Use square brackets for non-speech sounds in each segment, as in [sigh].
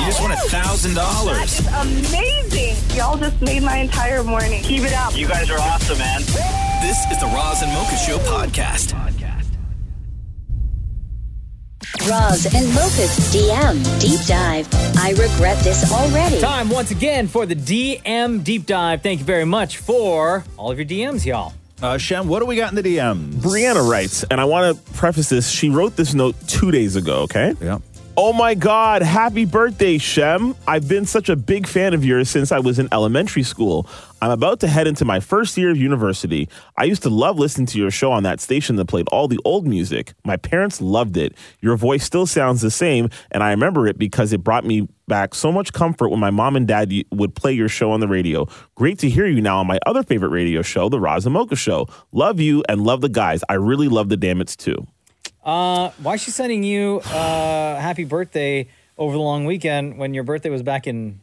You just won a thousand dollars. Amazing. Y'all just made my entire morning. Keep it up. You guys are awesome, man. This is the Roz and Mocha Show podcast. Roz and Mocha's DM deep dive. I regret this already. Time once again for the DM deep dive. Thank you very much for all of your DMs, y'all. Uh, Shem, what do we got in the DMs? Brianna writes, and I want to preface this. She wrote this note two days ago, okay? Yeah. Oh my God, happy birthday, Shem. I've been such a big fan of yours since I was in elementary school. I'm about to head into my first year of university. I used to love listening to your show on that station that played all the old music. My parents loved it. Your voice still sounds the same, and I remember it because it brought me back so much comfort when my mom and dad y- would play your show on the radio. Great to hear you now on my other favorite radio show, The Raza Mocha Show. Love you and love the guys. I really love the Dammits too. Uh, why is she sending you uh, happy birthday over the long weekend when your birthday was back in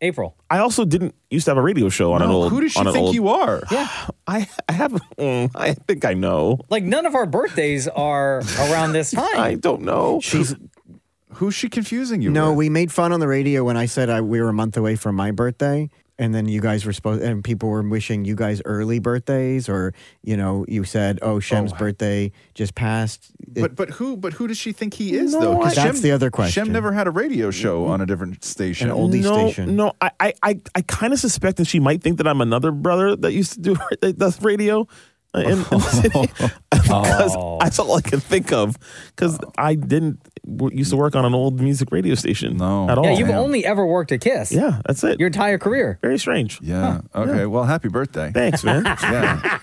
April? I also didn't used to have a radio show on an Oh, old. who does she on an think old- you are? Yeah. [laughs] I I have mm, I think I know. Like none of our birthdays are around this I [laughs] time. don't know. She's who's she confusing you? No, with? we made fun on the radio when I said I, we were a month away from my birthday, and then you guys were supposed, and people were wishing you guys early birthdays, or you know, you said, "Oh, Shem's birthday just passed." It- But but who but who does she think he is No, though? 'Cause That's the other Shem question. never had a radio show Mm-hmm. on a different station. An oldie no, station. No, I I I, I kind of suspect that she might think that I'm another brother that used to do [laughs] that does radio. uh, In, in the city. [laughs] because Oh. that's all I can think of. Because I didn't w- used to work on an old music radio station. No. at all. Oh, yeah, you've man. only ever worked a kiss. Yeah, that's it. Your entire career. very strange. yeah. Okay. Well, happy birthday. Thanks, [laughs] man. Yeah.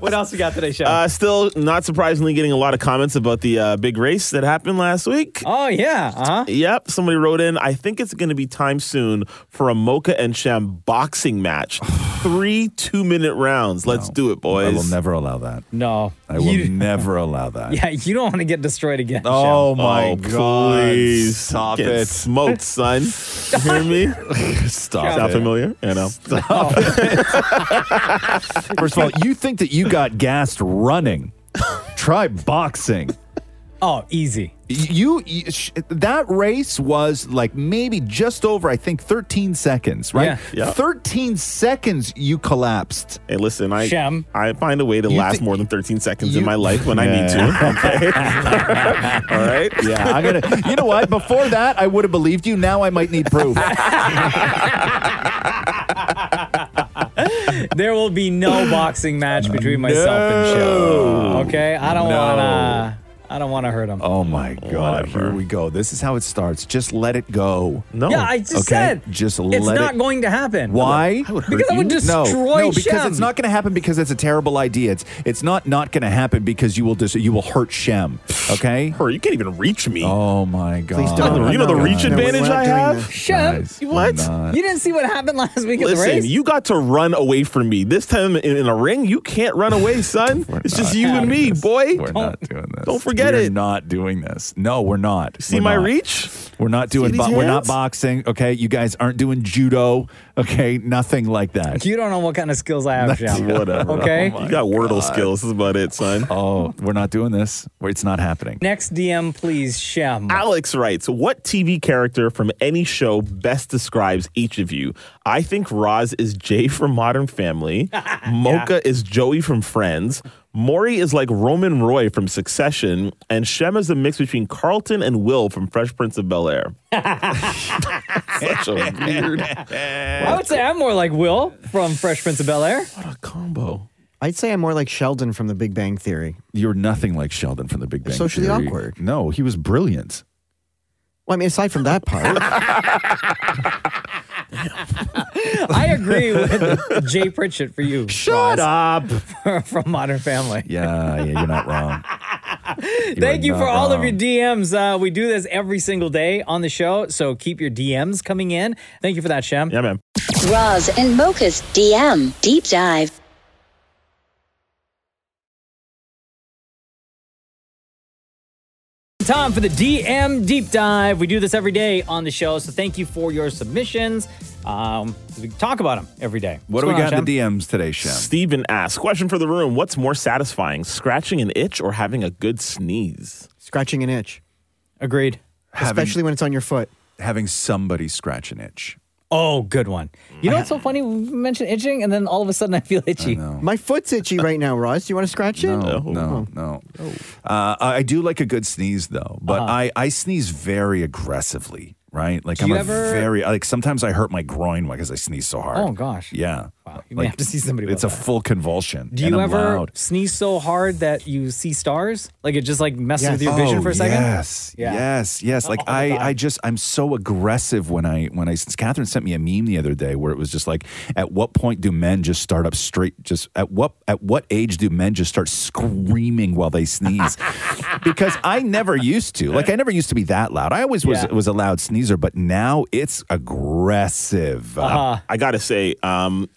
[laughs] what else we got today, Chef? uh, still, not surprisingly, getting a lot of comments about the uh, big race that happened last week. oh, yeah. Uh-huh. Yep, somebody wrote in. I think it's going to be time soon for a Mocha and Sham [sighs] boxing match. Three two minute rounds. Let's do it, boys. I will never allow that. No. I will You- [laughs] never allow [laughs] that. yeah, you don't want to get destroyed again. Oh Oh, my god! Please Stop Get it! [laughs] smoked, son. You hear me? Stop Sound it! familiar? You know. First of all, you think that you got gassed [laughs] running? Try boxing. Shep. Oh, easy. You, you sh- that race was like maybe just over, I think, 13 seconds, right? Yeah. Yeah. 13 seconds you collapsed. Hey, listen, I Shem. I find a way to You last thi- more than 13 seconds you- in my life when I need to. Yeah. Okay. [laughs] [laughs] all right. Yeah, I'm gonna. You know what? Before that, I would have believed you. Now I might need [laughs] proof. There will be [laughs] no boxing match between myself and No. Chip. Okay, I don't No. wanna. I don't wanna hurt him. oh my god! Whatever. Here we go. This is how it starts. Just let it go. No. yeah, I just okay, said just it's let not it- going to happen. Why? Because I would destroy No, no, because Shem. it's not going to happen. Because it's a terrible idea. It's it's not not going to happen because you will dis- you will hurt Shem. Okay. Her, you can't even reach me. Oh my god! please don't. you know the No, reach no, we're advantage not I doing have? this. Shem, Guys, What? I'm not- you didn't see what happened last week at the Listen, race. you got to run away from me. This time in, in a ring, you can't run away, son. We're it's just not you and having me, this. boy. We're not doing this. don't forget we're it. not doing this. No, we're not. See We're my not. reach? We're not doing. these Bo- we're not hands? boxing. Okay, you guys aren't doing judo. Okay, nothing like that. You don't know what kind of skills I have, [laughs] Shem. [laughs] Whatever. Okay. you got Wordle skills. This is about it, son. Oh, we're not doing this. It's not happening. Next DM, please, Shem. Alex writes, What TV character from any show best describes each of you? I think Roz is Jay from Modern [laughs] Family. Mocha is Joey from Friends. Maury is like Roman Roy from Succession. And Shem is a mix between Carlton and Will from Fresh Prince of Bel [laughs] Air. Such a [laughs] weird I would say I'm more like Will from Fresh Prince of Bel Air. combo. I'd say I'm more like Sheldon from The Big Bang Theory. You're nothing like Sheldon from The Big Bang. Socially Theory. awkward. No, he was brilliant. Well, I mean, aside from [laughs] that part, I agree with Jay Pritchett for you. [laughs] Shut [laughs] Stop. up. From Modern Family. Yeah, yeah, you're not wrong. Thank you not for all of your wrong. DMs. Uh, we do this every single day on the show, so keep your DMs coming in. Thank you for that, Shem. Yeah, man. Roz and Mocha's DM Deep Dive. Time for the DM deep dive. We do this every day on the show, so thank you for your submissions. Um, we talk about them every day. What do we got in the DMs today, Shem? Steven asks, question for the room. What's more satisfying, scratching an itch or having a good sneeze? Scratching an itch, Agreed. Having- especially when it's on your foot. having somebody scratch an itch. Oh, good one. You know what's so funny? We mentioned itching, and then all of a sudden I feel itchy. My foot's itchy right now, Roz. Do you want to scratch it? No, Oh, no, no. Oh. Uh, I I do like a good sneeze though, but Uh-huh. I, I sneeze very aggressively, right? Like I'm you a ever- very like sometimes I hurt my groin because I sneeze so hard. Oh, gosh. yeah. Wow, you may have to see somebody It's about a full convulsion. Do and you I'm ever loud. sneeze so hard that you see stars? Like it just like messes Yes. with your vision Oh, for a second? Yes, Yeah. yes, yes. Like All the I, time. I just, I'm so aggressive when I, when I. Catherine sent me a meme the other day where it was just like, at what point do men just start up straight? Just at what, at what age do men just start screaming while [laughs] they sneeze? because I never used to. Like I never used to be that loud. I always was Yeah. was a loud sneezer, but now it's aggressive. Uh-huh. Uh, I gotta say, um,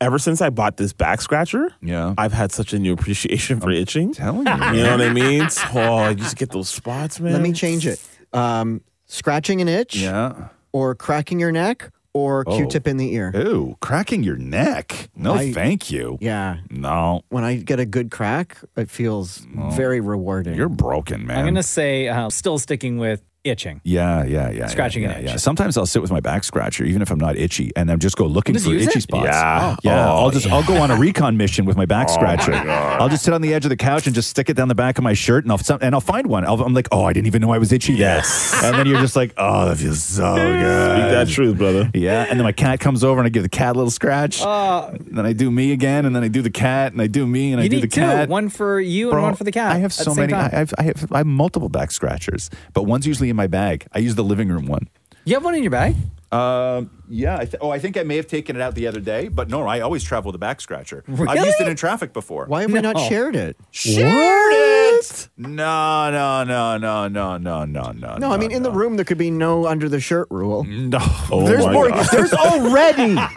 ever since I bought this back scratcher, Yeah. I've had such a new [laughs] appreciation for itching. telling you, [laughs] You know what I mean? Oh, you just get those spots, man. Oh, Let me change it. Um, scratching an itch, yeah. Oh. or cracking your neck, or Q-tip in the ear. Ooh, cracking your neck. No, I- thank you. Yeah. No, When I get a good crack, it feels very rewarding. you're broken, man. I'm gonna say uh, still sticking with itching. Yeah, yeah, yeah. Scratching yeah, an yeah, itch. Yeah. Sometimes I'll sit with my back scratcher, even if I'm not itchy, and I'm just go looking Just for use itchy it? spots. Yeah. yeah. Oh, I'll just I'll go on a recon mission with my back scratcher. I'll just sit on the edge of the couch and just stick it down the back of my shirt, and I'll some- and I'll find one. I'll, I'm like, oh, I didn't even know I was itchy. Yes. and then you're just like, oh, that feels so Speak that good. truth, brother. Yeah, and then my cat comes over and I give the cat a little scratch. and then I do me again, and then I do the cat, and I do me, and Uh, I You do the need two, cat. one for you and Bro, one for the cat. I have at the so same many. I time. have, I have I have multiple back scratchers, but one's usually in my bag. I use the living room one. You have one in your bag? Um, yeah. I th- oh, I think I may have taken it out the other day, but no, I always travel with a back scratcher. I've used it in traffic before. Why have we not No. shared it? Share it? No, no, no, no, no, no, no, no. No, Mm. I mean in the room there could be no under the shirt rule. [laughs] No. There's there's my more. more- God. There's already a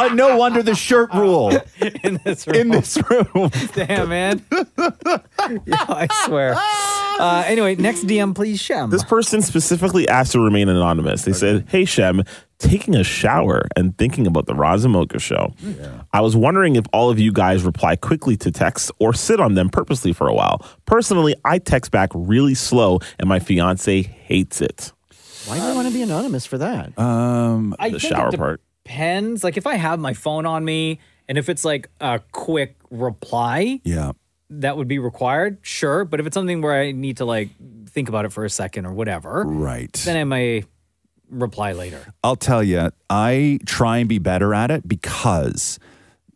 Uh, no under the shirt rule [laughs] In this room. [laughs] in this room. [laughs] Damn, [laughs] man. yeah, I swear. Uh, anyway, next DM, please, Shem. This person specifically asked to remain anonymous. They said, Hey, Shem, taking a shower and thinking about the Razamoka show. I was wondering if all of you guys reply quickly to texts or sit on them purposely for a while. Personally, I text back really slow, and my fiance hates it. Why do we want to be anonymous for that? I The think it shower part. Depends. Like if I have my phone on me and if it's like a quick reply Yeah. that would be required, sure. But if it's something where I need to like think about it for a second or whatever, [laughs] Right. then I may reply later. I'll tell you, I try and be better at it because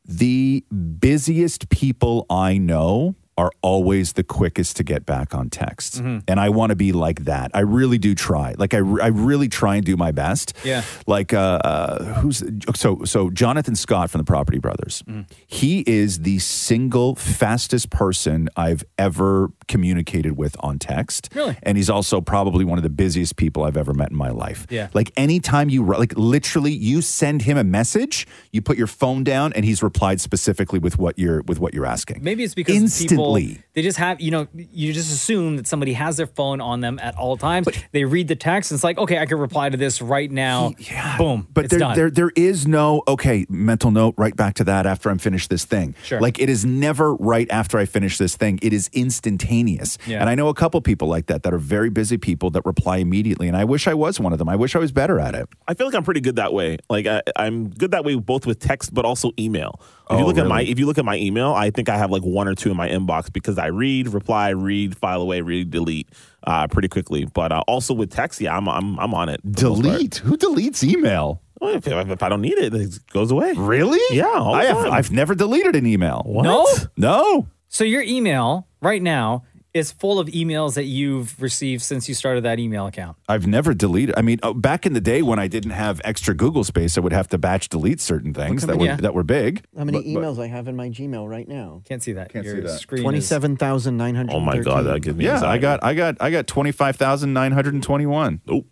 the busiest people I know are always the quickest to get back on text. Mm-hmm. And I want to be like that. I really do try. Like, I, I really try and do my best. Yeah. Like, uh, uh, who's so, so Jonathan Scott from the Property Brothers, Mm. he is the single fastest person I've ever communicated with on text. Really? And he's also probably one of the busiest people I've ever met in my life. Yeah. Like anytime you ri- like literally you send him a message, you put your phone down and he's replied specifically with what you're with what you're asking. Maybe it's because instantly. people they just have you know you just assume that somebody has their phone on them at all times. they read the text and it's like okay I can reply to this right now. yeah. boom. But it's there, done. there there is no okay, mental note right back to that after I'm finished this thing. Sure. Like it is never right after I finish this thing. It is instantaneous. Yeah. And I know a couple people like that that are very busy people that reply immediately and I wish I was one of them. I wish I was better at it. I feel like I'm pretty good that way. Like I, I'm good that way, both with text but also email. If you Oh, look at my really? if you look at my email, I think I have like one or two in my inbox because I read, reply, read, file away, read, delete uh, pretty quickly. But uh, also with text, yeah, I'm I'm, I'm on it. for the most part. Delete. Who deletes email? Well, If, if I don't need it, it goes away. Really? Yeah, all I the have, time. I've never deleted an email. What? No? No. So your email right now it's full of emails that you've received since you started that email account. I've never deleted. I mean, oh, back in the day when I didn't have extra Google space, I would have to batch delete certain things that were yeah. that were big. How many emails I have in my Gmail right now? Can't see that. Can't Your see that. Screen is- Twenty-seven thousand nine hundred. Oh my god, that gives me. Yeah, I anxiety. got I got I got twenty five thousand nine hundred and twenty one. Oh,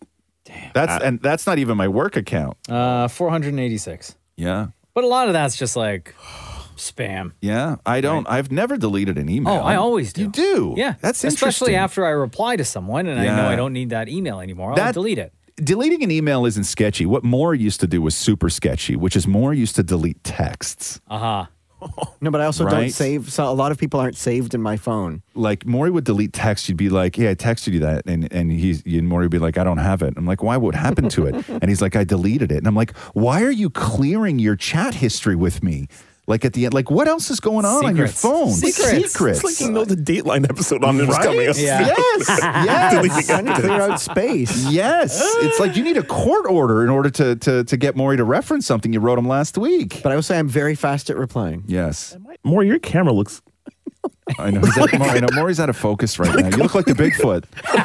That's and that's not even my work account. uh, 486. Yeah. But a lot of that's just like spam. Yeah, I don't. I've never deleted an email. Oh, I always do. You do. Yeah. that's Especially interesting. after I reply to someone and I Yeah. know I don't need that email anymore. I'll That- delete it. deleting an email isn't sketchy. What Moore used to do was super sketchy, which is Moore used to delete texts. Uh-huh. No, but I also don't Right. save. So a lot of people aren't saved in my phone. Like Maury would delete text. You'd be like, "Hey, I texted you that," and and he's and Maury would be like, "I don't have it." I'm like, "Why? What happened to it?" and he's like, "I deleted it." And I'm like, "Why are you clearing your chat history with me?" Like at the end, like what else is going on on your Secrets. phone? Secrets. Secrets. it's like you know the Dateline episode on right? coming. up. Yeah. Yes. yes. I need to clear out space. Yes, it's like you need a court order in order to to to get Maury to reference something you wrote him last week. But I will say I'm very fast at replying. Yes, More, your camera looks. I know. He's out, Maury, I know Maury's out of focus right now. You look like the Bigfoot.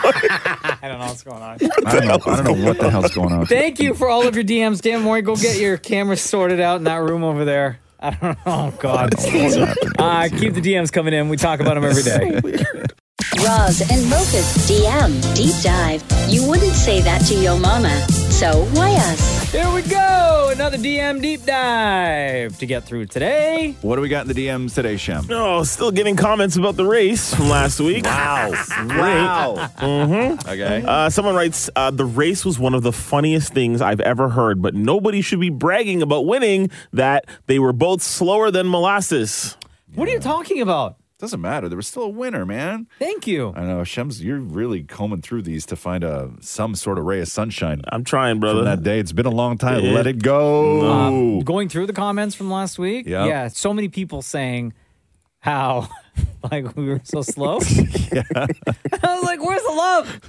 I don't know what's going on. I don't know, I don't know what the hell's going on. Thank you for all of your DMs. Dan Mori, go get your camera sorted out in that room over there. I don't know. Oh, God. Uh, keep the DMs coming in. We talk about them every day. Roz and Mocha's DM Deep Dive. You wouldn't say that to your mama. So why us? Here we go. Another DM deep dive to get through today. [laughs] What do we got in the DMs today, Shem? No, still getting comments about the race from last week. wow, Wow. Okay. Uh, someone writes, uh, the race was one of the funniest things I've ever heard, but nobody should be bragging about winning that they were both slower than molasses. What are you talking about? [laughs] Doesn't matter. There was still a winner, man. Thank you. I know Shem's. You're really combing through these to find a some sort of ray of sunshine I'm trying, from brother. that day. It's been a long time. Yeah. Let it go. Going through the comments from last week, Yeah. yeah, so many people saying how [laughs] like we were so [laughs] slow. [laughs] I was like, "Where's the love?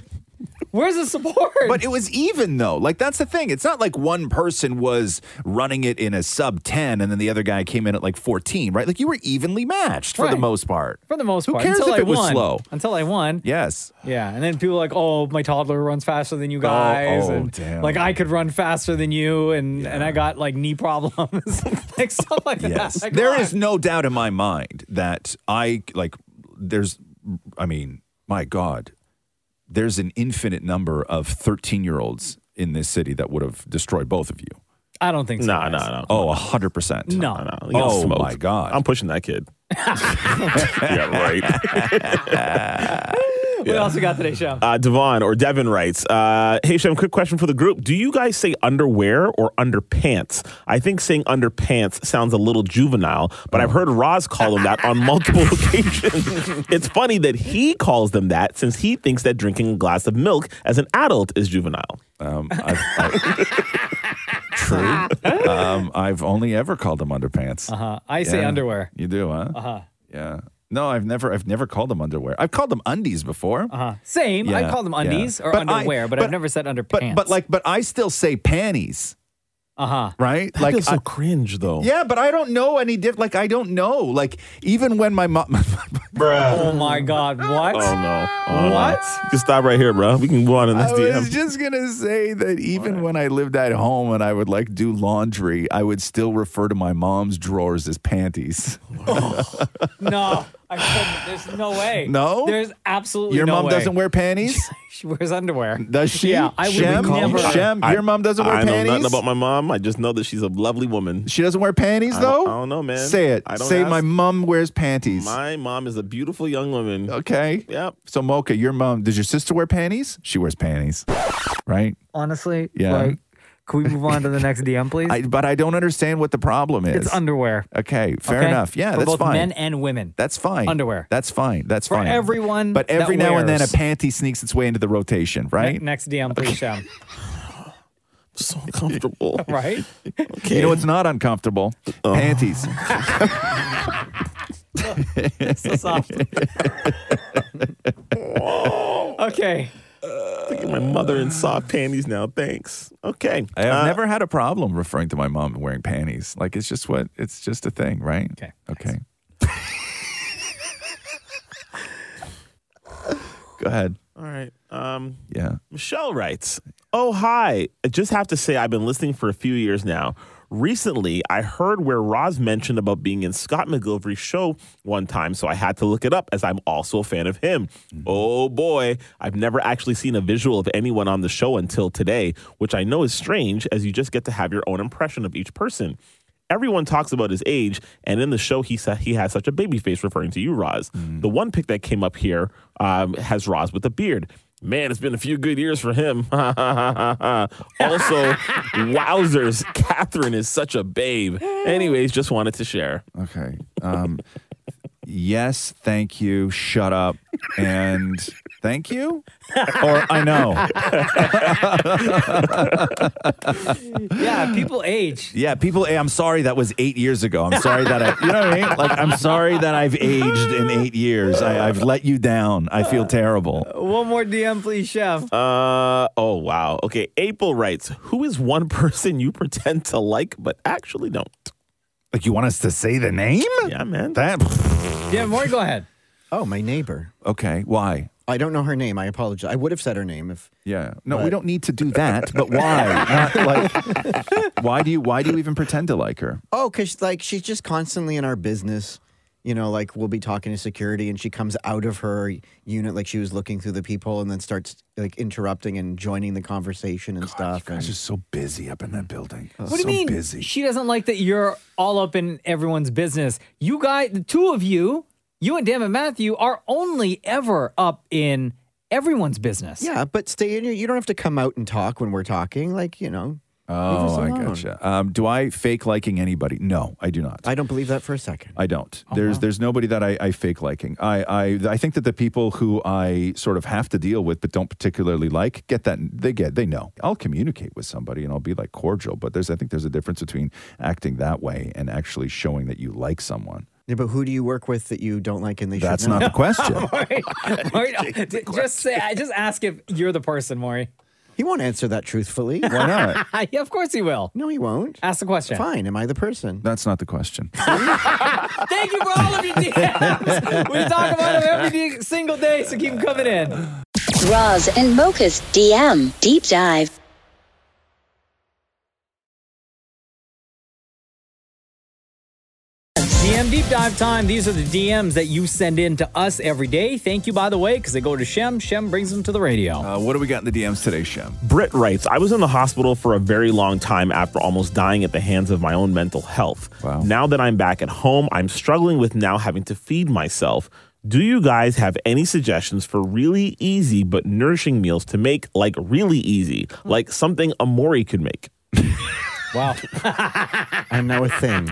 Where's the support?" But it was even though. Like that's the thing. It's not like one person was running it in a sub 10 and then the other guy came in at like 14, right? Like you were evenly matched for the Right. most part. for the most Who part, cares until if I it was won, slow? Until I won, Yes. Yeah, and then people are like, "Oh, my toddler runs faster than you guys," oh, and damn. like I could run faster than you, and and I got like knee problems, [laughs] like stuff like Yes. that. Like, there come is on. no doubt in my mind that I like there's I mean, my god, there's an infinite number of 13-year-olds in this city that would have destroyed both of you. I don't think so. No, no, guys. no. Oh, 100%. No. no. Oh, smoked. my God. I'm pushing that kid. [laughs] yeah, right. What else we got today, show? Uh-huh. Uh, Devon or Devin writes, uh, Hey, Shem, quick question for the group. Do you guys say underwear or underpants? I think saying underpants sounds a little juvenile, but I've heard Roz call them that on multiple [laughs] occasions. it's funny that he calls them that since he thinks that drinking a glass of milk as an adult is juvenile. Um, I've, [laughs] I- true. Uh-huh. Um, I've only ever called them underpants. Uh, I say Yeah. underwear. You do, huh? Uh Uh-huh. huh. Yeah. No, I've never, I've never called them underwear. I've called them undies before. Uh, same. I Yeah, call them yeah. undies or But I- underwear, but, I've never said underpants. But, but like, but I still say panties, uh huh. right? like, feels I- cringe, though. yeah, but I don't know any different. Like, I don't know. Like, even when [laughs] my mom, Oh my [laughs] God, what? Oh, no. Oh, no. What? Just stop right here, bro. We can go on in this I was DM. just gonna say that even when I lived at home and I would like do laundry, I would still refer to my mom's drawers [laughs] as panties. No, I couldn't. There's no way. No? there's absolutely Your no mom way. doesn't wear panties. [laughs] She wears underwear. Does she? Yeah, I would Shem? never. Shem, your mom doesn't wear I panties. know nothing about my mom. I just know that she's a lovely [laughs] woman. she doesn't wear panties I don't- though. I don't know, man. Say it. I don't Say ask. my mom wears panties. My mom is a beautiful young woman. okay. Yep. So Mocha, your mom. Does your sister wear panties? She wears panties, right? Honestly, Yeah. Like, can we move on to the next DM, please? I, but I don't understand what the problem is. it's underwear. okay. Fair okay? enough. Yeah, For that's both fine. men and women. that's fine. Underwear. That's fine. That's For fine. everyone But that every now and then a wears. panty sneaks its way into the rotation, Ne- right? next DM, please, Shem. so [laughs] comfortable. [laughs] Right? You know what's not uncomfortable? Panties. so soft. [laughs] okay. Look at my mother in soft panties now. Thanks. Okay. I have Uh, never had a problem referring to my mom wearing panties. Like it's just what it's just a thing, right? Okay, Okay. [laughs] Go ahead. All right. Um, Yeah. Michelle writes, Oh, hi. I just have to say, I've been listening for a few years now. Recently, I heard where Roz mentioned about being in Scott McGilvery's show one time, so I had to look it up as I'm also a fan of him. Mm-hmm. Oh boy, I've never actually seen a visual of anyone on the show until today, which I know is strange as you just get to have your own impression of each person. Everyone talks about his age, and in the show, he sa- he has such a baby face, referring to you, Roz. The one pick that came up here um, has Roz with a beard. Man, it's been a few good years for him. [laughs] also, wowzers, Catherine is such a babe. Anyways, just wanted to share. Okay. Um, yes, thank you. Shut up. And thank you. Or I know. Yeah, people age. Yeah, people. Hey, I'm sorry that was eight years ago. I'm sorry that I. You know what I mean? Like, I'm sorry that I've aged in eight years. I, I've let you down. I feel terrible. One more DM, please, chef. Uh oh, wow. Okay, April writes, "Who is one [laughs] person you pretend to like but actually don't?" Like, you want us to say the name? Yeah, man. That. yeah, Maury, go ahead. Oh, my neighbor. Okay. Why? I don't know her name. I apologize. I would have said her name if Yeah. No, we Right. don't need to do that. But why? Not like, why do you? Why do you even pretend to like her? Oh, because like she's just constantly in our business. You know, like we'll be talking to security and she comes out of her unit like she was looking through the people and then starts like interrupting and joining the conversation and stuff. Gosh, and- just so busy up in that building. What do you mean? She doesn't like that you're all up in everyone's business. You guys, the two of you, you and Dan and Matthew, are only ever up in everyone's business. [laughs] yeah, but stay in your you don't have to come out and talk when we're talking. Like, you know, Oh, us I alone. gotcha. Um, do I fake liking anybody? No, I Oh, do not. I don't believe that for a second. I don't. there's there's nobody that I, I fake liking. I, I I think that the people who I sort of have to deal with but don't particularly like get that they get they know. I'll communicate with somebody and I'll be like cordial, but there's I think there's a difference between acting that way and actually showing that you like someone. Yeah, but who do you work with that you don't like and they That's should know? not the question. [laughs] Maury, Maury, d- just say, I just ask if you're the person, Maury. [laughs] He won't answer that [laughs] truthfully. Why not? yeah, of course he will. no, he won't. Ask the question. Fine, am I the person? That's not the question. Thank you for all of your DMs. we talk about them every di- single day, so keep them coming in. Roz and Mocha's DM Deep Dive. DM deep dive time. These are the DMs that you send in to us every day. Thank you, by the way, because they go to Shem. Shem brings them to the radio. Uh, what do we got in the DMs today, Shem? Britt writes, I was in the hospital for a very long time after almost dying at the hands of my own mental health. Wow. Now that I'm back at home, I'm struggling with now having to feed myself. Do you guys have any suggestions for really easy but nourishing meals to make, like really easy, like something Amori could make? Wow. I'm now a thing.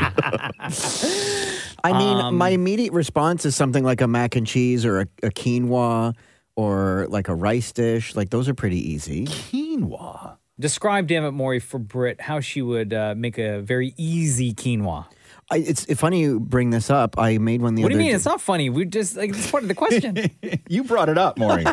I mean, Um, my immediate response is something like a mac and cheese or a, a quinoa or like a rice dish. Like those are pretty easy. Quinoa. Describe Dammit Maury for Brit how she would uh, make a very easy quinoa. I, it's funny you bring this up. I made one the What do other you mean? day. It's not funny. We just like it's part of the question. You brought it up, [laughs] Maury.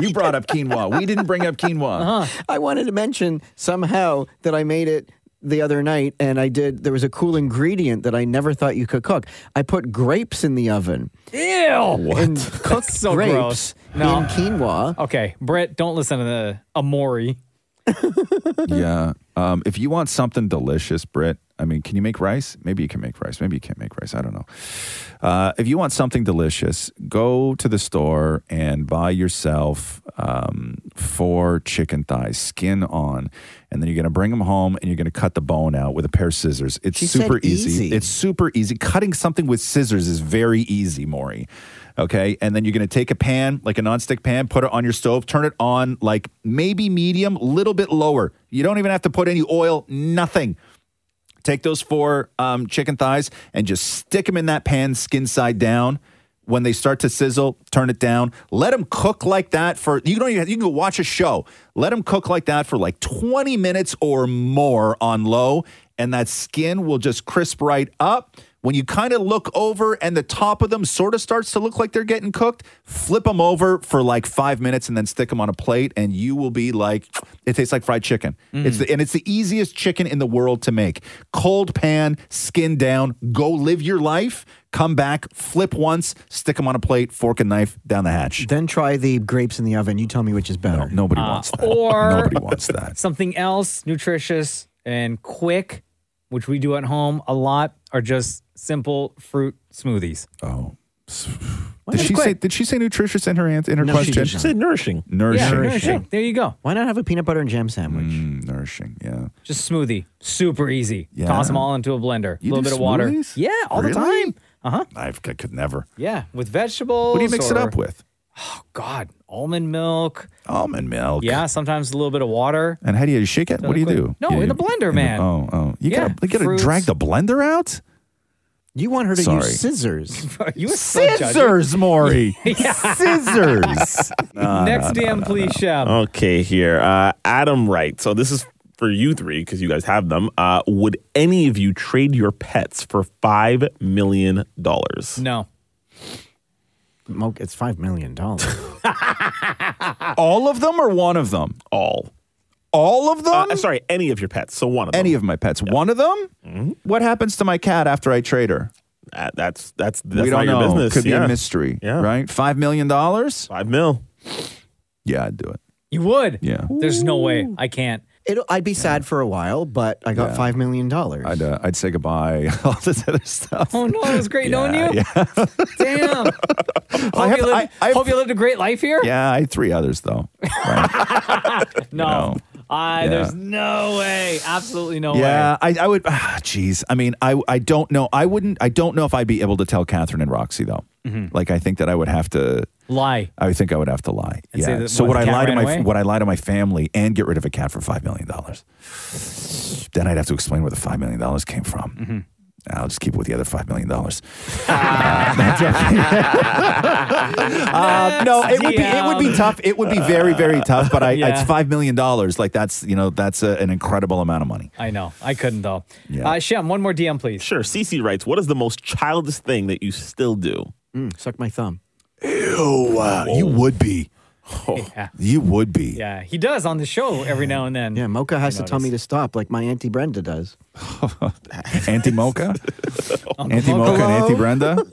You brought up quinoa. We didn't bring up quinoa. I wanted to mention somehow that I made it the other night and I did there was a cool ingredient that I never thought you could cook. I put grapes in the oven Ew. and cooked so grapes gross. No. in quinoa. Okay, Brit, don't listen to the Amori. yeah. Um, if you want something delicious, Britt, I mean, can you make rice? Maybe you can make rice. Maybe you can't make rice. I don't know. Uh, if you want something delicious, go to the store and buy yourself um, four chicken thighs, skin on, and then you're going to bring them home and you're going to cut the bone out with a pair of scissors. It's She said super easy. It's super easy. Cutting something with scissors is very easy, Maury. Okay. And then you're going to take a pan, like a nonstick pan, put it on your stove, turn it on like maybe medium, little bit lower. You don't even have to put any oil, nothing. Take those four um, chicken thighs and just stick them in that pan, skin side down. When they start to sizzle, turn it down. Let them cook like that for you don't even you can go watch a show. Let them cook like that for like 20 minutes or more on low, and that skin will just crisp right up. When you kind of look over and the top of them sort of starts to look like they're getting cooked, flip them over for like five minutes and then stick them on a plate, and you will be like, it tastes like fried chicken. Mm. It's the, and it's the easiest chicken in the world to make. Cold pan, skin down, go live your life. come back, flip once, stick them on a plate, fork and knife down the hatch. Then try the grapes in the oven. You tell me which is better. Nobody Uh, wants that. or- [laughs] Nobody wants that. Something else nutritious and quick, which we do at home a lot, are just simple fruit smoothies. Oh. Did it's she say? quick. Did she say nutritious in her answer? In her No, she question, did not. Say nourishing. Yeah, nourishing, nourishing. There you go. Why not have a peanut butter and jam sandwich? Mm, nourishing. Yeah. Just smoothie. Super easy. Yeah. Toss them all into a blender. A You little do bit of water. smoothies? Yeah, all the Really? time. Uh huh. I've, I could never. Yeah, with vegetables. What do you mix it or- up with? God, almond milk. Almond milk. Yeah, sometimes a little bit of water. [laughs] And how do you shake it? What do you liquid. do? No, You- in the blender, in man. oh, oh, you Yeah, gotta, you gotta fruits. drag the blender [laughs] out. You want her to Sorry. use [laughs] scissors. You are so judgy. Scissors, [laughs] Maury. Scissors. Next DM, please, Shep. Oh. Okay, here. Uh, Adam Wright. So this is for you three because you guys have them. Uh, would any of you trade your pets for five million dollars? No. Moke, it's five million dollars. All of them or one of them? All. All of them? Uh, sorry, any of your pets. So one of them. Any of my pets. One of them? Mm-hmm. What happens to my cat after I trade her? Uh, that's that's that's we don't not your know. business. Could be Yeah. a mystery. Yeah. Right? Five million dollars? Five mil. Yeah, I'd do it. You would? Yeah. There's no way. I can't. [laughs] It'll, I'd be sad for a while, but I got five million dollars. I'd uh, I'd say goodbye. [laughs] All this other stuff. Oh, no, it was great knowing you. Yeah, yeah. Damn. [laughs] hope, have- you lived, I- I've- hope you lived a great life here? yeah, I had three others though. No. know. I, Yeah. There's no way. Absolutely [laughs] no way. Yeah, I, I would. ah, Jeez, I mean, I I don't know. I wouldn't. I don't know if I'd be able to tell Catherine and Roxy though. Mm-hmm. Like, I think that I would have to. Lie. I think I would have to lie. And say yeah. that so what, would the I cat lie to ran my away? would I lie to my family and get rid of a cat for five million dollars? Then I'd have to explain where the five million dollars came from. Mm-hmm. I'll just keep it with the other five million [laughs] dollars. [laughs] uh, no, it would be it would be tough. It would be very very tough. But I, Yeah. it's five million dollars. Like that's you know that's a, an incredible amount of money. I know. I couldn't, though. Yeah. Uh, Shem, one more DM, please. Sure. CC writes, "What is the most childish thing that you still do?" Mm, suck my thumb. Ew, uh, you would be. Oh. [laughs] Yeah. You would be. Yeah, he does on the show every now and then. Yeah, Mocha has to tell me to stop, like my auntie Brenda does. Anti [laughs] Mocha? Anti Mocha and Anti Brenda?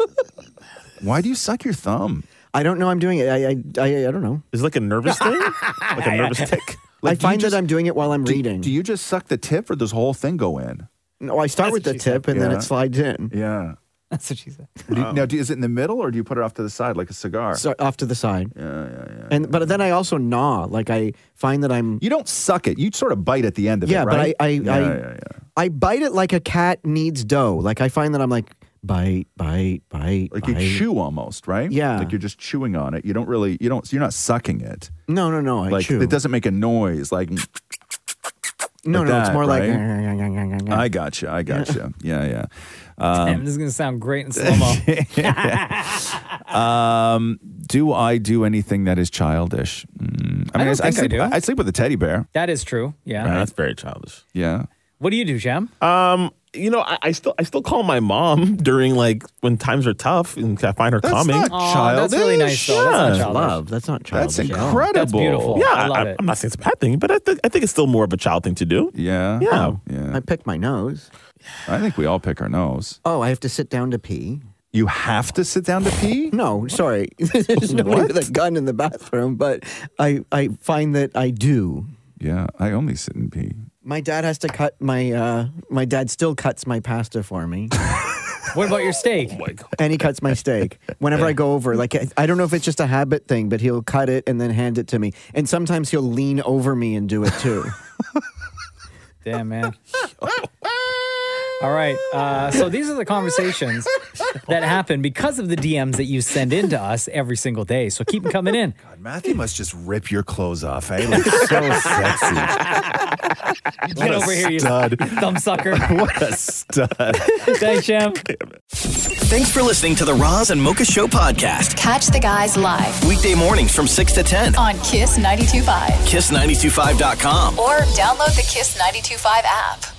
[laughs] Why do you suck your thumb? I don't know I'm doing it. I I, I, I don't know. Is it like a [laughs] nervous thing? Like a nervous tick? I find just- that I'm doing it while I'm Do, reading. do you just suck the tip or does the whole thing go in? no, I start with the tip and then Yeah. it slides in. Yeah. That's what she said. Do you- now, do, is it in the middle or do you put it off to the side like a cigar? So off to the side. Yeah, yeah, yeah. And but then I also gnaw. Like I find that I'm you don't suck it. You sort of bite at the end of Yeah, it, but right? I I, I, yeah, yeah, yeah. I bite it like a cat needs dough. Like I find that I'm like bite, bite, bite, Like bite. you chew almost, right? Yeah. Like you're just chewing on it. You don't really, you don't, you're not sucking it. No, no, no. I like chew. it doesn't make a noise. Like, no, like no. it's that, more like. right? I [laughs] I, gotcha. I gotcha. yeah, yeah. Damn, this is going to sound great in slow [laughs] mo. Do I do anything that is childish? Mm, I don't s- I, think I sleep, do. sleep with a teddy bear. that is true. Yeah. Nah, that's very childish. Yeah. What do you do, Shem? Um, you know, I, I still I still call my mom [laughs] during like when times are tough and I find her calming. not Aw, that's really nice, though. That's not childish. childish. love. That's not childish. That's at all. incredible. That's beautiful. yeah, I love I, it. am not saying it's a bad thing, but I, th- I think it's still more of a child thing to do. Yeah. Yeah. Yeah. I pick my nose. I think we all pick our nose. Oh, I have to sit down to pee. You have to sit down to pee? No, sorry. [laughs] There's nobody with a gun in the bathroom, but I, I find that I do. Yeah. I only sit and pee. My dad has to cut my uh, my dad still cuts my pasta for me. What about your [laughs] steak? and he cuts my [laughs] steak whenever I go over. Like I- I don't know if it's just a habit thing, but he'll cut it and then hand it to me. And sometimes he'll lean over me and do it too. Damn, man. All right. Uh, so these are the conversations that happen because of the DMs that you send in to us every single day. So keep them coming in. Matthew must just rip your clothes off. I [laughs] look so sexy. Get over here, you [laughs] thumb sucker. What a stud. Thanks, Shem. Thanks for listening to the Roz and Mocha Show podcast. Catch the guys live Weekday mornings from 6 to 10. on Kiss 92.5 Kiss925.com. or download the Kiss 92.5 app.